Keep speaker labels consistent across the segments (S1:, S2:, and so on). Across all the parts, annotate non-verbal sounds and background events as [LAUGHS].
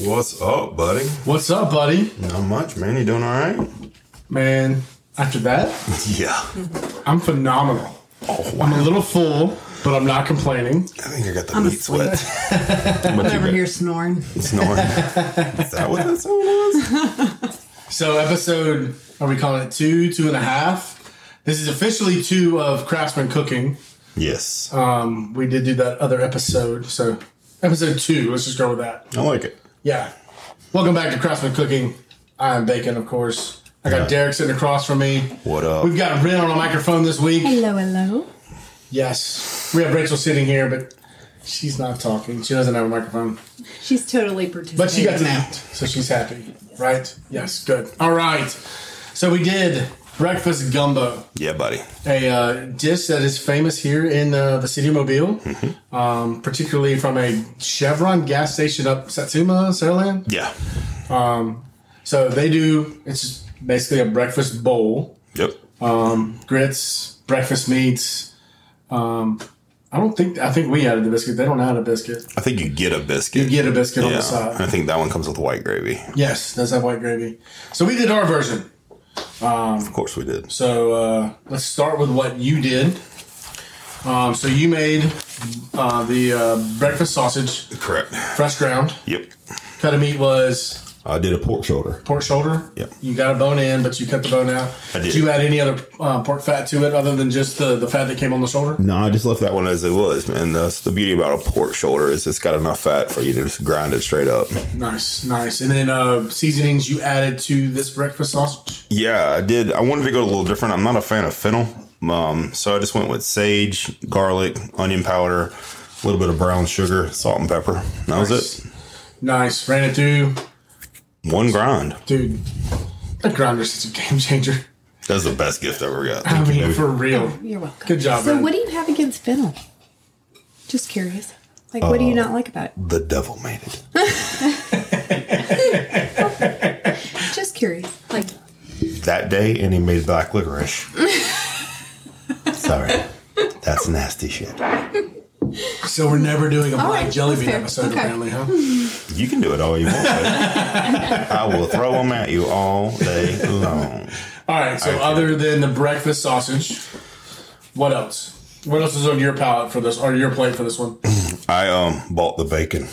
S1: What's up, buddy?
S2: What's up, buddy?
S1: Not much, man. You doing all right?
S2: Man, after that,
S1: Yeah.
S2: I'm phenomenal.
S1: Oh,
S2: I'm a little full, but I'm not complaining.
S1: I think I got the
S3: I'm a
S1: meat sweat.
S3: I'm over here snoring.
S1: Snoring. Is that what that sound was?
S2: So, episode, are we calling it two, two and a half? This is officially two of Craftsman Cooking.
S1: Yes.
S2: Um, we did do that other episode. So, episode two, let's just go with that.
S1: I like it.
S2: Yeah. Welcome back to Craftsman Cooking. I am Bacon, of course. I got
S1: Yeah.
S2: Derek sitting across from me.
S1: What up?
S2: We've got Ren on a microphone this week.
S4: Hello, hello.
S2: Yes. We have Rachel sitting here, but she's not talking. She doesn't have a microphone.
S3: She's totally participating.
S2: But she got to
S3: now.
S2: eat, so she's happy, right? Yes, good. All right. So we did breakfast gumbo,
S1: yeah, buddy.
S2: a uh, dish that is famous here in uh, the city of Mobile, um, particularly from a Chevron gas station up Satsuma, Saraland.
S1: Yeah.
S2: So they do. It's just basically a breakfast bowl,
S1: Yep.
S2: grits, breakfast meats. Um, I don't think. I think we added the biscuit. They don't add a biscuit.
S1: I think you get a biscuit.
S2: You get a biscuit on
S1: yeah.
S2: the side.
S1: I think that one comes with white gravy.
S2: Yes, does have white gravy. So we did our version.
S1: Of course we did.
S2: So uh, let's start with what you did. Um, so you made uh, the uh, breakfast sausage,
S1: Correct.
S2: fresh ground.
S1: Yep.
S2: Cut of meat was
S1: I did a pork shoulder.
S2: pork shoulder.
S1: Yep.
S2: You got a bone in, but you cut the bone out.
S1: I did.
S2: you add any other uh, pork fat to it other than just the, the fat that came on the shoulder?
S1: No, I just left that one as it was, man. That's the beauty about a pork shoulder is it's got enough fat for you to just grind it straight up.
S2: Nice, nice. And then uh, seasonings you added to this breakfast sausage.
S1: Yeah, I did. I wanted to go a little different. I'm not a fan of fennel. Um, so I just went with sage, garlic, onion powder, a little bit of brown sugar, salt and pepper. That was it.
S2: Nice. Ran it through.
S1: One grind.
S2: Dude, that grinder's such a [LAUGHS] game changer.
S1: That's the best gift I ever got.
S2: I
S1: Thank you,
S2: mean,
S1: dude.
S2: for real.
S4: You're welcome.
S2: Good job,
S4: So,
S2: man.
S4: what do you have against fennel? Just curious. Like, what do
S3: Uh,
S4: you not like about it?
S1: the devil made it.
S4: Just curious. Like,
S1: That day, and he made black
S2: [LAUGHS]
S1: licorice. Sorry. That's nasty shit.
S2: So we're never doing a
S4: All
S2: black
S4: right,
S2: jelly
S4: that's
S2: bean
S4: fair.
S2: episode,
S4: Okay.
S2: apparently,
S4: [LAUGHS]
S2: huh?
S1: You can do it all you want. buddy.
S2: [LAUGHS]
S1: I will throw them at you all day long.
S2: All right. So other than the breakfast sausage, what else? What else is on your palate for this, or your plate for this one?
S1: I um bought the bacon.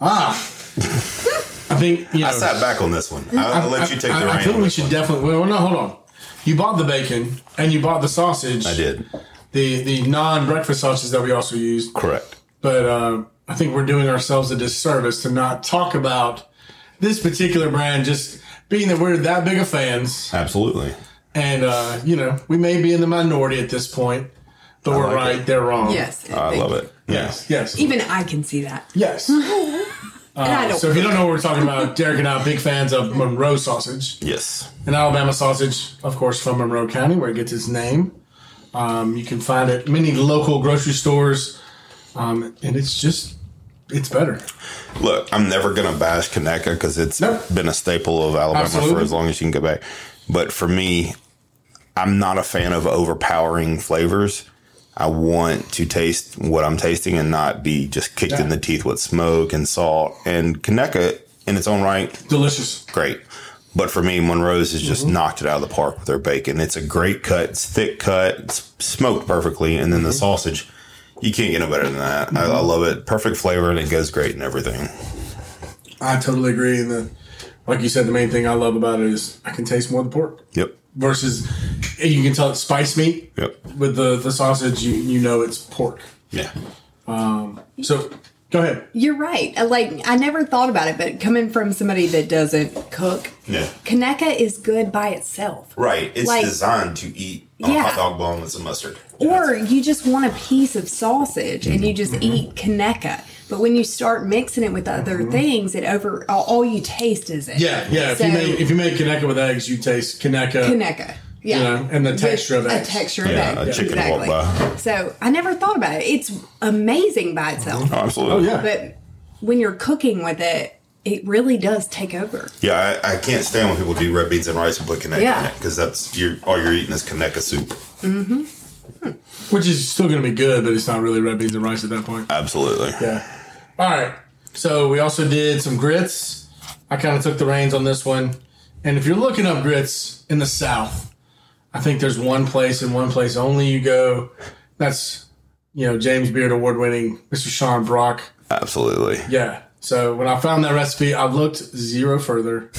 S2: Ah, [LAUGHS] I think you know,
S1: I sat back on this one. I'll, I'll let you take
S2: I,
S1: the
S2: I
S1: reins.
S2: think we should definitely. Well, no, hold on. You bought the bacon and you bought the sausage.
S1: I did.
S2: the the non breakfast sausage that we also used.
S1: Correct.
S2: But uh, I think we're doing ourselves a disservice to not talk about this particular brand. Just being that we're that big of fans.
S1: Absolutely.
S2: And uh, you know, we may be in the minority at this point, but we're
S1: like
S2: right,
S1: it.
S2: they're wrong.
S3: Yes.
S1: I love it. Yes.
S2: Yes.
S3: Even I can see that.
S2: Yes.
S1: Uh,
S3: and I don't.
S2: so if you don't know what we're talking about, Derek and I are big fans of Monroe sausage,
S1: Yes.
S2: an Alabama sausage, of course, from Monroe County, where it gets its name. Um, you can find it many local grocery stores, um, and it's just it's better.
S1: Look, I'm never gonna bash Kanaka because it's
S2: Nope.
S1: been a staple of Alabama for
S2: Absolutely.
S1: as long as you can go back. But for me, I'm not a fan of overpowering flavors. I want to taste what I'm tasting and not be just kicked in
S2: Yeah.
S1: the teeth with smoke and salt. And Kaneka, in its own right,
S2: Delicious.
S1: great. But for me, Monroe's has just knocked it out of the park with their bacon. It's a great cut. It's thick cut. It's smoked perfectly. And then the sausage, you can't get no better than that. I, I love it. Perfect flavor and it goes great and everything.
S2: I totally agree. And the, like you said, the main thing I love about it is I can taste more of the pork
S1: Yep.
S2: versus you can tell it's spice meat.
S1: Yep.
S2: with the the sausage, you you know it's pork.
S1: Yeah.
S2: So go ahead.
S3: You're right. I Like I never thought about it, but coming from somebody that doesn't cook,
S1: Yeah.
S3: Kaneka is good by itself.
S1: Right. It's
S3: Like-
S1: designed to eat on a
S4: Yeah.
S1: hot dog bun with some mustard.
S4: Or you just want a piece of sausage and
S2: Mm-hmm,
S4: you just eat Kaneka. But when you start mixing it with other things, it over all, all you taste is it.
S2: Mm-hmm. Yeah, yeah. If you
S4: So-
S2: make if you make Kaneka with eggs, you taste Kaneka.
S4: Kaneka. Yeah.
S2: You know, and the
S4: With
S2: texture of eggs.
S4: A texture of
S1: Yeah,
S4: egg.
S1: a chicken
S4: exactly.
S1: walk by.
S4: So I never thought about it. It's
S2: Mm-hmm.
S4: amazing by itself.
S1: Oh, absolutely.
S2: Oh, yeah.
S4: But when you're cooking with it, it really does take over.
S1: Yeah, I, I can't stand when people do red beans and rice and put Kaneka in
S4: Yeah.
S1: it because that's you all you're eating is Kaneka soup.
S2: Which is still going to be good, but it's not really red beans and rice at that point.
S1: Absolutely.
S2: Yeah. All right. So we also did some grits. I kind of took the reins on this one. And if you're looking up grits in the South, I think there's one place and one place only you go. That's, you know, James Beard award winning Mr. Sean Brock.
S1: Absolutely.
S2: Yeah. So when I found that recipe, I looked zero further.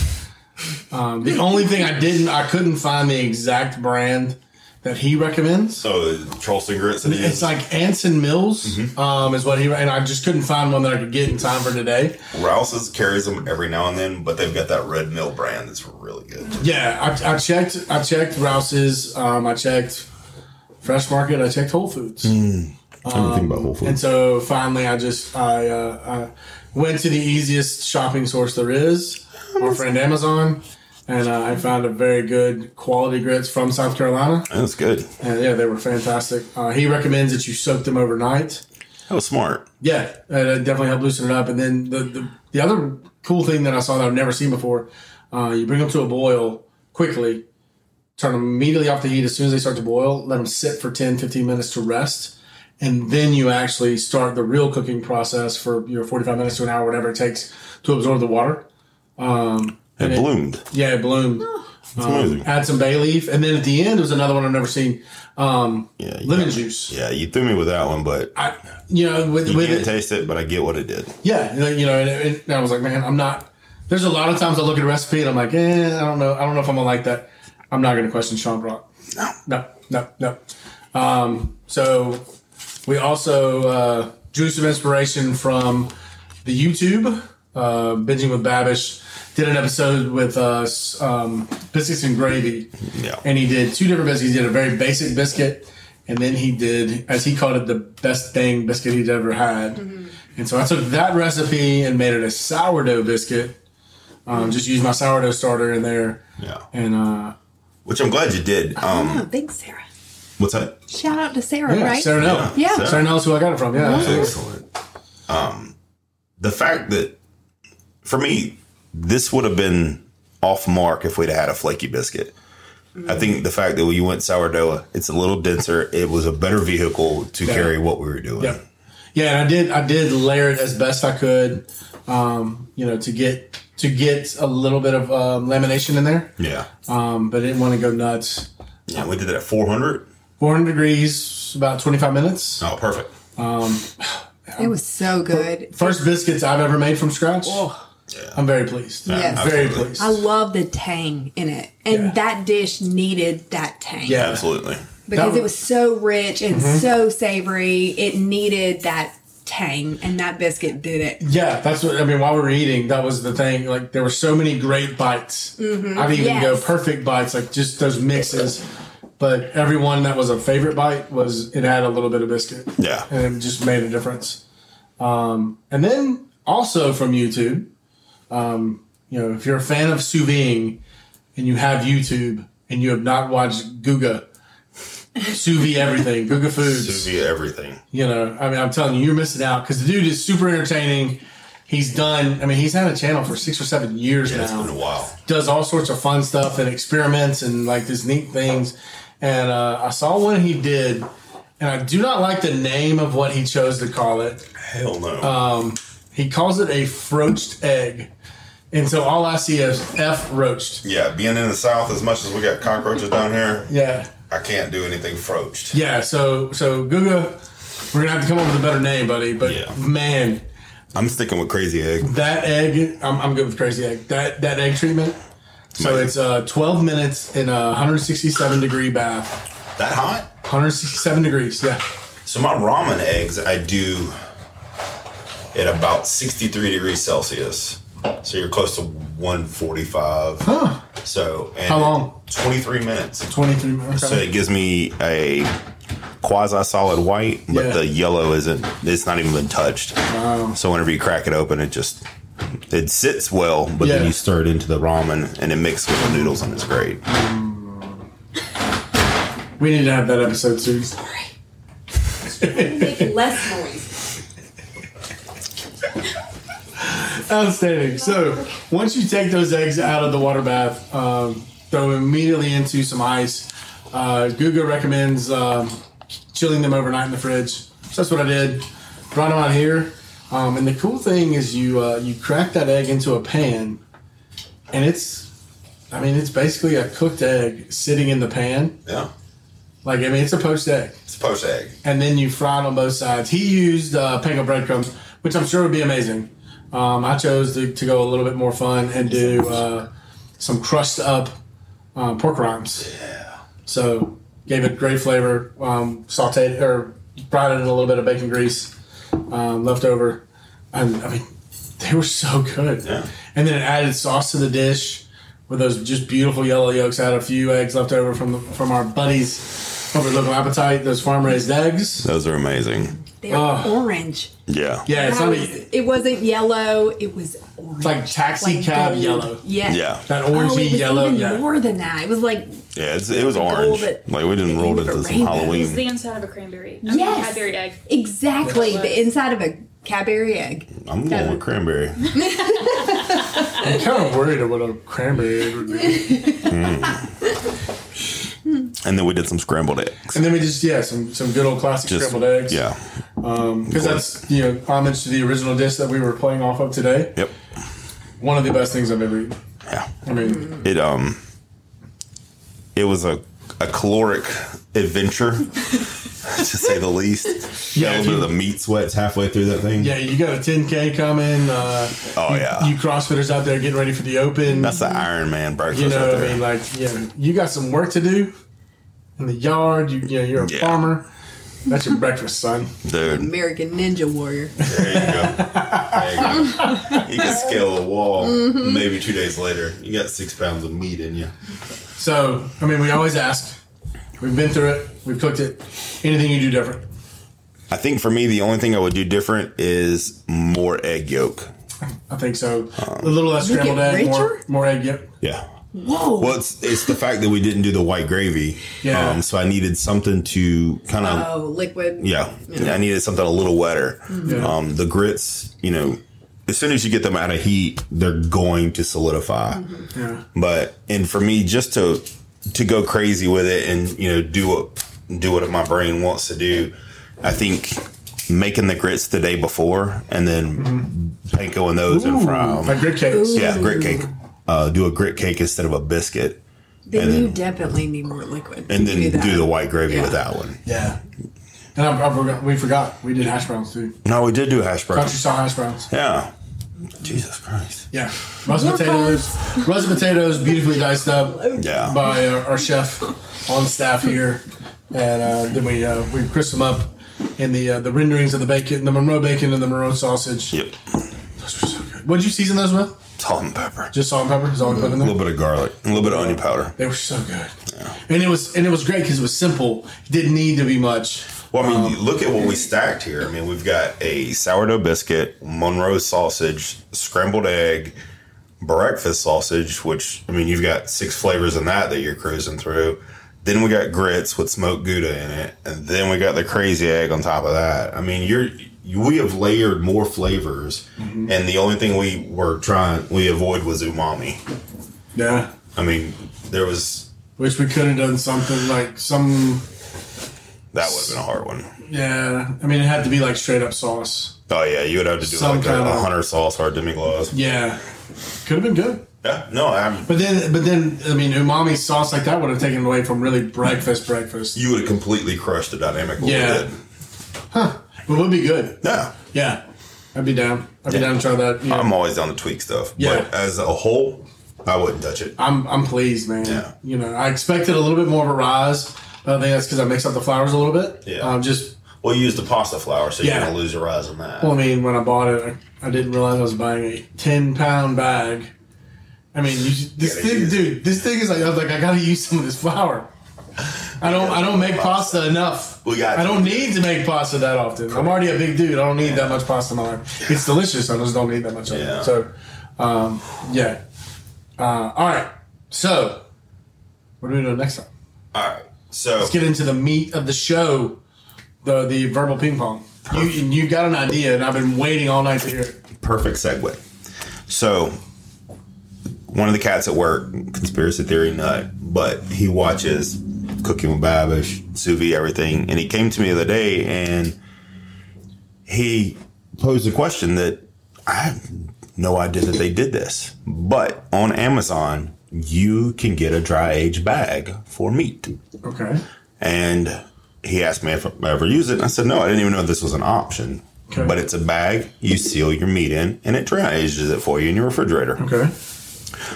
S2: Um, the only thing I didn't, I couldn't find the exact brand that he recommends.
S1: So the Charleston grits and
S2: It's like Anson Mills um, is what he and I just couldn't find one that I could get in time for today.
S1: Rouse's carries them every now and then, but they've got that red mill brand that's really good.
S2: Yeah, I, I checked. I checked Rouse's. Um, I checked Fresh Market. I checked Whole Foods.
S1: Everything about Whole
S2: And so finally, I just I, uh, I went to the easiest shopping source there is, our friend Amazon, and uh, I found a very good quality grits from South Carolina.
S1: That's good. That
S2: And yeah, they were fantastic. Uh, he recommends that you soak them overnight.
S1: was smart.
S2: Yeah, uh, it definitely helped loosen it up. And then the, the the other cool thing that I saw that I've never seen before, uh, you bring them to a boil quickly, turn them immediately off the heat as soon as they start to boil, let them sit for 10, 15 minutes to rest, and then you actually start the real cooking process for your 45 minutes to an hour, whatever it takes to absorb the water.
S1: It
S2: it-
S1: bloomed.
S2: Yeah, it bloomed.
S1: It's amazing.
S2: Add some bay leaf. And then at the end, was another one I've never seen um,
S1: Yeah, you
S2: lemon
S1: got-
S2: juice.
S1: Yeah, you threw me with that one, but
S2: I, you know, with,
S1: you
S2: with
S1: can't
S2: it-
S1: taste it, but I get what it did.
S2: Yeah, and, you know, and, and I was like, man, I'm not. There's a lot of times I look at a recipe and I'm like, eh, I don't know, I don't know if I'm gonna like that. I'm not gonna question Sean Brock. No, no, no, no. Um, so we also uh, drew some inspiration from the YouTube uh, binging with Babish. Did an episode with us um, biscuits and gravy,
S1: Yeah.
S2: and he did two different biscuits. He did a very basic biscuit, and then he did, as he called it, the best dang biscuit he'd ever had. And so I took that recipe and made it a sourdough biscuit. Um, Just used my sourdough starter in there,
S1: Yeah.
S2: and uh,
S1: Which I'm glad you did. Um,
S4: Oh, big Sarah.
S1: what's that?
S4: Shout out to Sarah,
S2: Oh, yeah,
S4: right?
S2: Sarah Nell.
S4: Yeah.
S1: So-
S2: Sarah Nell's who I got it from. Yeah, absolutely.
S1: Excellent. Um, the fact that for me, this would have been off mark if we'd had a flaky biscuit. I think the fact that we went sourdough, it's a little denser. It was a better vehicle to carry what we were doing.
S2: Yeah. Yeah, and I did I did layer it as best I could, um, you know, to get to get a little bit of um, lamination in there,
S1: Yeah.
S2: um, but I didn't want to go nuts.
S1: Yeah, we did that at 400.
S2: 400 degrees, about 25 minutes.
S1: Oh, perfect.
S4: It was so good.
S2: First biscuits I've ever made from scratch. I'm very pleased.
S4: Yes.
S2: Very
S1: Oh. Absolutely.
S2: pleased.
S4: I love the tang in it. And
S2: Yeah.
S4: that dish needed that tang.
S2: Yeah.
S1: Absolutely.
S4: Because
S2: That- Mm-hmm.
S4: it was so rich and so savory. It needed that tang, and that biscuit did it.
S2: yeah, that's what I mean. While we were eating, that was the thing. Like there were so many great bites. I'd even go
S4: Yes.
S2: perfect bites, like just those mixes. But every one that was a favorite bite was it had a little bit of biscuit.
S1: Yeah.
S2: and it just made a difference. Um, and then also from YouTube, um, you know, if you're a fan of sous vide and you have YouTube and you have not watched Guga, sous vide everything, Guga
S1: Sous
S2: Foods,
S1: vide everything.
S2: you know, I mean, I'm telling you, you're missing out because the dude is super entertaining. He's done, I mean, he's had a channel for six or seven years
S1: Yeah,
S2: now
S1: it's been a while.
S2: does all sorts of fun stuff and experiments and like these neat things. And uh, I saw one he did, and I do not like the name of what he chose to call it.
S1: Hell no.
S2: He calls it a froached egg. And so all I see is F roached.
S1: yeah, being in the South, as much as we got cockroaches down here,
S2: Yeah.
S1: I can't do anything froached.
S2: Yeah. So, so Guga, we're going to have to come up with a better name, buddy. But
S1: Yeah.
S2: man,
S1: I'm sticking with crazy egg.
S2: that egg, I'm, I'm good with crazy egg. That, that egg treatment. So it's uh, 12 minutes in a 167 degree bath.
S1: That hot?
S2: 167 degrees. Yeah.
S1: So my ramen eggs, I do at about 63 degrees Celsius. So you're close to 145.
S2: Huh.
S1: So and
S2: How long?
S1: Twenty three minutes.
S2: Twenty three. Okay.
S1: So it gives me a quasi solid white, but
S2: Yeah.
S1: the yellow isn't. It's not even been touched. So whenever you crack it open, it just it sits well, but then
S2: Yeah.
S1: you stir it into the ramen and it mixes with the noodles, and it's great.
S2: we need to have that episode soon.
S5: Make less noise.
S2: Outstanding. So once you take those eggs out of the water bath, um, throw them immediately into some ice. Uh, Guga recommends um, chilling them overnight in the fridge. So that's what I did. Brought them out here. Um, and the cool thing is you uh, you crack that egg into a pan, and it's, I mean, it's basically a cooked egg sitting in the pan.
S1: Yeah,
S2: Like I mean, it's a poached egg
S1: it's poached egg.
S2: and then you fry it on both sides. He used uh, panko breadcrumbs, which I'm sure would be amazing. Um, I chose to, to go a little bit more fun and do uh, some crushed up um, pork rinds. Yeah. So gave it great flavor. Um, sauteed or fried it in a little bit of bacon grease um, left over, and I mean they were so good.
S1: Yeah.
S2: And then it added sauce to the dish with those just beautiful yellow yolks. I had a few eggs left over from the, from our buddies over at Local Appetite. Those farm raised eggs.
S1: Those are amazing.
S4: They're orange.
S1: Yeah,
S2: Yeah, it's
S4: That
S2: not
S4: was- it wasn't yellow. It was orange.
S2: like taxi cab
S4: gold.
S2: yellow.
S4: Yes.
S1: yeah,
S2: that
S4: Oh, it
S2: orangey
S4: was
S2: yellow.
S4: even
S2: Yeah.
S4: more than that. It was like
S1: yeah. It's, it was orange.
S4: that-
S1: Like we didn't roll it into some
S4: rainbows.
S5: It's
S1: Halloween.
S5: the inside of a cranberry. I mean,
S4: Yes.
S5: Cadbury egg.
S4: exactly
S5: Yes.
S4: the inside of a Cadbury egg.
S1: I'm going with cranberry.
S2: I'm kind of worried of what a cranberry egg would be.
S1: And then we did some scrambled eggs.
S2: and then we just yeah some some good old classic
S1: Just-
S2: scrambled eggs.
S1: Yeah.
S2: because that's you know homage to the original dish that we were playing off of today.
S1: Yep.
S2: One of the best things I've ever eaten.
S1: Yeah.
S2: I mean,
S1: it um it was a a caloric adventure [LAUGHS] to say the least
S2: Yeah,
S1: yeah, a
S2: if
S1: little
S2: you-
S1: bit of the meat sweats halfway through that thing
S2: yeah, you got a 10k coming. Uh,
S1: oh
S2: you,
S1: yeah
S2: you CrossFitters out there getting ready for the open.
S1: that's the iron man breakfast
S2: you know,
S1: right
S2: what I
S1: there
S2: mean, like yeah, you got some work to do in the yard. You, you know, you're a
S1: Yeah.
S2: farmer. That's your breakfast, son.
S4: [LAUGHS]
S1: dude
S4: American Ninja Warrior.
S1: there you go there you go you can scale a wall maybe two days later you got six pounds of meat in you
S2: So, I mean, we always ask. We've been through it. We've cooked it. Anything you do different?
S1: I think for me the only thing I would do different is more egg yolk
S2: I think so. a little less
S4: Um, Make it
S2: scrambled egg, more,
S4: richer?
S2: more egg. Yep.
S1: yeah
S4: Whoa.
S1: Well, it's, it's the fact that we didn't do the white gravy.
S2: Yeah.
S1: Um, so I needed something to kind of.
S4: oh, liquid.
S1: yeah, I needed something a little wetter.
S2: Yeah.
S1: Um, the grits, you know, as soon as you get them out of heat, they're going to solidify.
S2: Yeah.
S1: But and for me, just to to go crazy with it and you know do what do what my brain wants to do, I think making the grits the day before and then panko and those and fry 'em.
S2: Like grit cakes.
S1: Yeah, grit cake. Uh, do a grit cake instead of a biscuit.
S4: Then
S1: and
S4: you
S1: then-
S4: definitely need more liquid.
S1: and then do,
S4: that.
S1: the white gravy
S4: Yeah.
S1: with that one.
S2: Yeah. And I, I forgot, we forgot. We did hash browns too.
S1: No, we did do hash
S2: Country
S1: browns.
S2: style hash browns.
S1: Yeah. Jesus Christ.
S2: Yeah. Roast potatoes. Roast potatoes, beautifully diced up
S1: Yeah.
S2: by uh, our, our chef on staff here, and uh, then we uh, we crisp them up in the uh, the renderings of the bacon, the Monroe bacon, and the Monroe sausage.
S1: Yep.
S2: Those were so good. What did you season those with?
S1: Salt and pepper. Just
S2: Just salt and pepper is all we put in
S1: a
S2: there.
S1: little bit of garlic. A little bit of onion powder.
S2: They were so good, and it was and it was great because it was simple. It didn't need to be much.
S1: Well, I mean,
S2: Um,
S1: you look at what we stacked here. I mean, we've got a sourdough biscuit, Monroe sausage, scrambled egg, breakfast sausage, which, I mean, you've got six flavors in that that you're cruising through. Then we got grits with smoked Gouda in it. And then we got the crazy egg on top of that. I mean, you're. you- We have layered more flavors,
S2: Mm-hmm.
S1: and the only thing we were trying we avoid was umami.
S2: Yeah,
S1: I mean, there was
S2: wish we could have done something like some.
S1: that would have been a hard one.
S2: Yeah, I mean it had to be like straight up sauce.
S1: Oh yeah, you would have to do
S2: Some
S1: like
S2: kind
S1: a, a
S2: of-
S1: hunter sauce or a demi-glace.
S2: Yeah, could have been good.
S1: Yeah, no, I'm,
S2: But then, but then, I mean, umami sauce like that would have taken away from really breakfast, breakfast.
S1: you would have completely crushed the dynamic. a little
S2: Yeah.
S1: bit.
S2: But it would be good.
S1: yeah.
S2: Yeah, I'd be down. I'd be
S1: Yeah.
S2: down to try that. Yeah. Um,
S1: I'm always down to tweak stuff.
S2: Yeah.
S1: but as a whole, I wouldn't touch it.
S2: I'm I'm pleased, man.
S1: Yeah.
S2: You know, I expected a little bit more of a rise. But I think that's because I mix up the flowers a little bit.
S1: Yeah.
S2: Um, just
S1: Well, you use the pasta flour, so
S2: Yeah.
S1: you're gonna lose your eyes on that.
S2: well, I mean, when I bought it, I, I didn't realize I was buying a ten pound bag I mean, you should, this
S1: Gotta
S2: thing,
S1: use it.
S2: dude, this thing is like I was like, I gotta use some of this flour. I don't, I don't make pasta enough.
S1: We got
S2: I don't
S1: you.
S2: need to make pasta that often. I'm already a big dude. I don't need that much pasta in my life. It's delicious. I just don't need that much of
S1: Yeah.
S2: it. So, um, yeah. Uh, all right. So, what do we do next time?
S1: All right. So
S2: Let's get into the meat of the show, the the verbal ping pong. You you got an idea, and I've been waiting all night to hear it.
S1: perfect segue. So, one of the cats at work, conspiracy theory nut, but he watches Cooking with Babish, sous vide, everything. And he came to me the other day and he posed a question that I have no idea that they did this. But on Amazon, you can get a dry aged bag for meat.
S2: Okay.
S1: And he asked me if I ever use it. And I said, no, I didn't even know this was an option.
S2: Okay.
S1: But it's a bag, you seal your meat in, and it dry ages it for you in your refrigerator.
S2: Okay.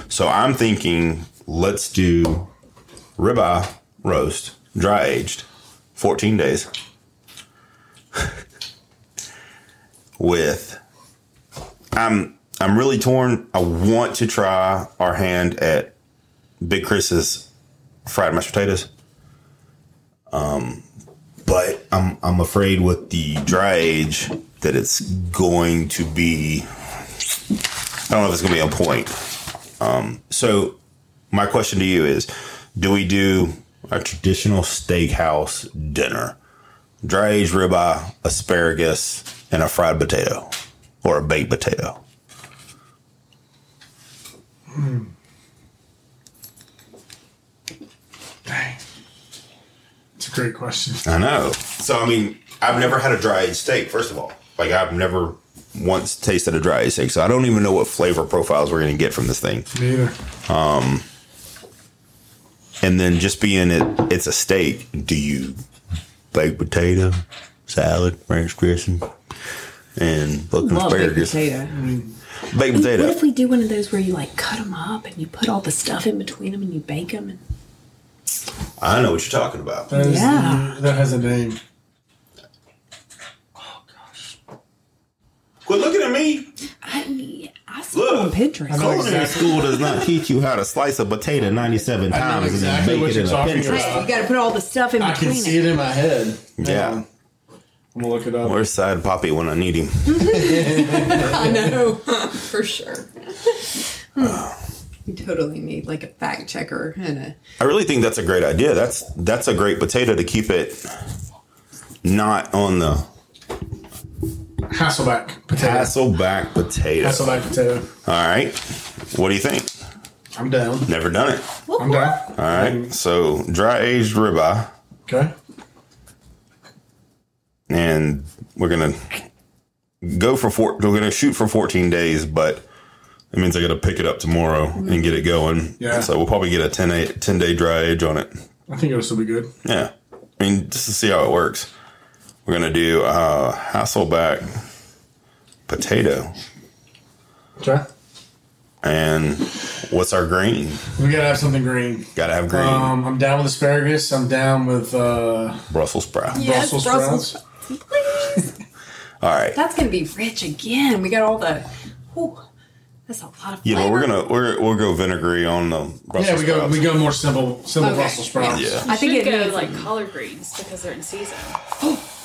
S1: So I'm thinking, let's do ribeye roast, dry aged, 14 days [LAUGHS] with. I'm I'm really torn. I want to try our hand at Big Chris's fried mashed potatoes. Um, but I'm I'm afraid with the dry age that it's going to be. I don't know if it's going to be on point. So, my question to you is do we do a traditional steakhouse dinner? Dry aged ribeye, asparagus, and a fried potato or a baked potato?
S2: Dang. It's a great question.
S1: I know. So, I mean, I've never had a dry aged steak, first of all. Like, I've never once tasted a dry aged steak. So, I don't even know what flavor profiles we're going to get from this thing.
S2: Me either.
S1: And then just being it, it's a steak, do you baked potato, salad, ranch dressing, and fucking
S3: Love baked
S1: asparagus?
S3: potato.
S1: Baked potato.
S3: What if we do one of those where you like cut them up and you put all the stuff in between them and you bake them? And
S1: I know what you're talking about.
S2: That is-
S3: Yeah.
S2: that has a name.
S1: Quit looking at me.
S3: I, I saw
S1: Look.
S3: it on Pinterest.
S2: I know
S1: Culinary
S2: exactly-
S1: school does not teach you how to slice a potato 97
S2: I know
S1: times
S2: exactly
S1: and
S2: what
S1: then bake
S2: you're
S1: it in a
S2: talking
S1: Pinterest.
S2: about.
S3: you got to put all the stuff in
S2: I
S3: between
S2: can see it in my head. Hang
S1: Yeah.
S2: on. I'm gonna look it up.
S1: Where's side Poppy when I need him?
S3: I know. [LAUGHS] Hmm.
S5: for sure.
S3: You totally need like a fact checker and a.
S1: I really think that's a great idea. That's that's a great potato to keep it not on the
S2: Hasselback potato.
S1: Hasselback potato.
S2: Hasselback potato.
S1: All right. What do you think?
S2: I'm down.
S1: Never done it.
S2: I'm down.
S1: All right. So dry aged ribeye,
S2: Okay.
S1: and we're gonna go for four. We're gonna shoot for 14 days, but it means I gotta pick it up tomorrow and get it going.
S2: Yeah.
S1: So we'll probably get a 10 eight- 10 day dry age on it.
S2: I think it'll still be good.
S1: Yeah. I mean, just to see how it works. We're going to do uh, Hasselback potato.
S2: Okay.
S1: And what's our green?
S2: We gotta have something green.
S1: Got to have green.
S2: Um, I'm down with asparagus. I'm down with uh,
S1: Brussels sprout.
S3: Yes,
S2: Brussels
S3: Brussels
S2: sprouts.
S1: All right.
S3: That's gonna be rich again. We got all the. Whew, that's a lot of.
S1: You know,
S3: flavor.
S1: we're going to we're we'll go vinegary on the Brussels
S2: yeah, we go
S1: sprouts.
S2: we go more simple simple
S3: Okay.
S2: Brussels sprouts.
S1: Yeah.
S3: I think it
S5: should go
S3: needs
S5: like collard greens because they're in season.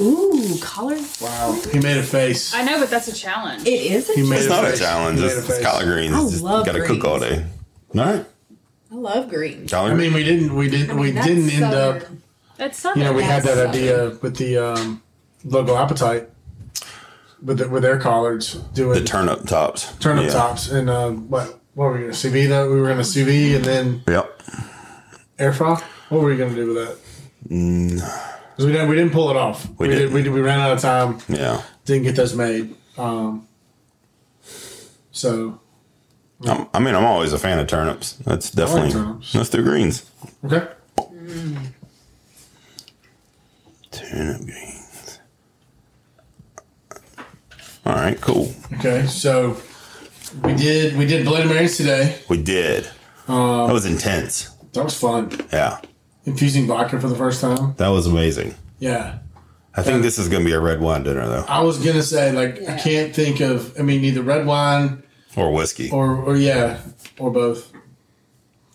S3: Ooh, collard.
S2: Wow. He made a face.
S5: I know, but that's a challenge.
S3: It is. A
S2: He made
S1: It's
S2: a
S1: not a
S2: face.
S1: challenge.
S2: He made
S1: It's,
S2: a
S1: it's
S2: face.
S1: collard greens.
S3: I
S1: It's just
S3: love
S1: got to cook
S3: greens.
S1: all day. All right.
S3: I love greens.
S1: Collard
S2: I mean, we didn't we didn't we
S3: That's
S2: didn't end up.
S3: southern.
S5: That's something.
S2: You know, we had
S3: That's
S2: that idea with the um, local appetite with the, with their collards doing
S1: the turnip tops.
S2: turnip
S1: Yeah.
S2: tops and um, what what were we gonna sous vide? that? We were gonna sous vide and then
S1: Yep.
S2: air fry. What were we gonna do with that? 'Cause we didn't we didn't pull it off. We, did
S1: Mm. didn't.
S2: we did, we ran out of time.
S1: Yeah.
S2: Didn't get those made. Um, so
S1: I'm, I mean, I'm always a fan of turnips. That's definitely.
S2: turnips.
S1: Let's do greens.
S2: okay,
S1: Turnip greens. All right, cool.
S2: okay. So we did we did Bloody Marys today.
S1: We did. that
S2: Um,
S1: was intense.
S2: That was fun.
S1: Yeah,
S2: Infusing vodka for the first time.
S1: that was amazing.
S2: Yeah.
S1: I think this is going to be a red wine dinner, though.
S2: I was gonna say like I
S3: Yeah.
S2: can't think of. I mean, either red wine,
S1: or whiskey.
S2: or or yeah, or both.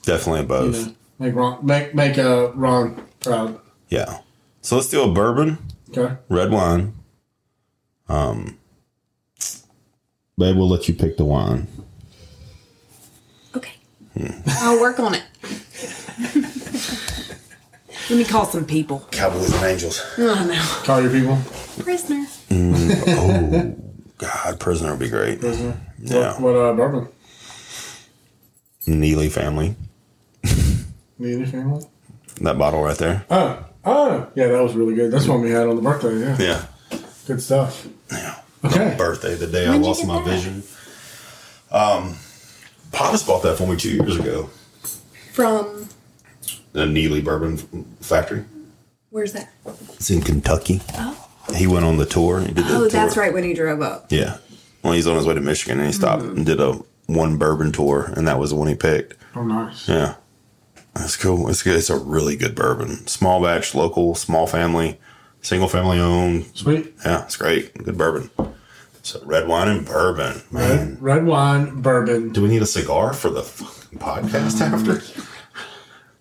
S1: Definitely
S2: You
S1: both.
S2: know, make Ron make make uh, Ron proud.
S1: Yeah. So let's do a bourbon,
S2: Okay.
S1: red wine. Um, babe, we'll let you pick the wine.
S4: Okay. I'll work on it. Let me call some people.
S1: Cowboys and Angels.
S4: Oh
S2: Call your people.
S4: no. Prisoner.
S1: oh, God, Prisoner would be great. Yeah.
S2: What, what uh, bourbon?
S1: Neely family.
S2: Need any family?
S1: That bottle right there.
S2: Oh, oh, yeah, that was really good. That's one we had on the birthday. Yeah,
S1: [LAUGHS] Yeah.
S2: good stuff.
S1: Yeah.
S2: Okay.
S1: birthday, the day
S4: When'd
S1: I
S4: you
S1: lost
S4: get
S1: my
S4: that?
S1: vision. Um, Potus bought that for me two years ago.
S4: From
S1: The Neely Bourbon F- Factory.
S4: where's that?
S1: It's in Kentucky.
S4: Oh.
S1: He went on the tour. And he did the
S4: Oh, that's
S1: tour.
S4: right when he drove up.
S1: Yeah. Well, he's on his way to Michigan, and he stopped
S4: Mm-hmm.
S1: and did a one bourbon tour, and that was the one he picked.
S2: Oh, nice.
S1: Yeah, that's cool. It's good. It's a really good bourbon. Small batch, local, small family, single family owned.
S2: Sweet.
S1: Yeah, it's great. Good bourbon. So red wine and bourbon, man.
S2: Red, red wine, bourbon.
S1: Do we need a cigar for the fucking podcast after?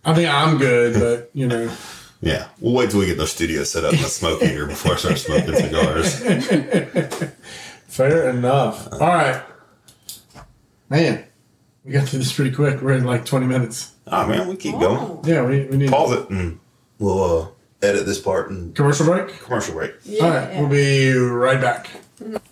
S2: I think I'm good, but you know,
S1: Yeah, we'll wait till we get the studio set up and smoke here before I start smoking cigars.
S2: fair enough. All right, man, we got through this pretty quick. We're in like 20 minutes.
S1: Ah man, we keep
S4: Oh.
S1: going.
S2: Yeah, we, we need
S1: Pause it and we'll uh, edit this part and
S2: commercial break.
S1: commercial break.
S2: All right, we'll be right back.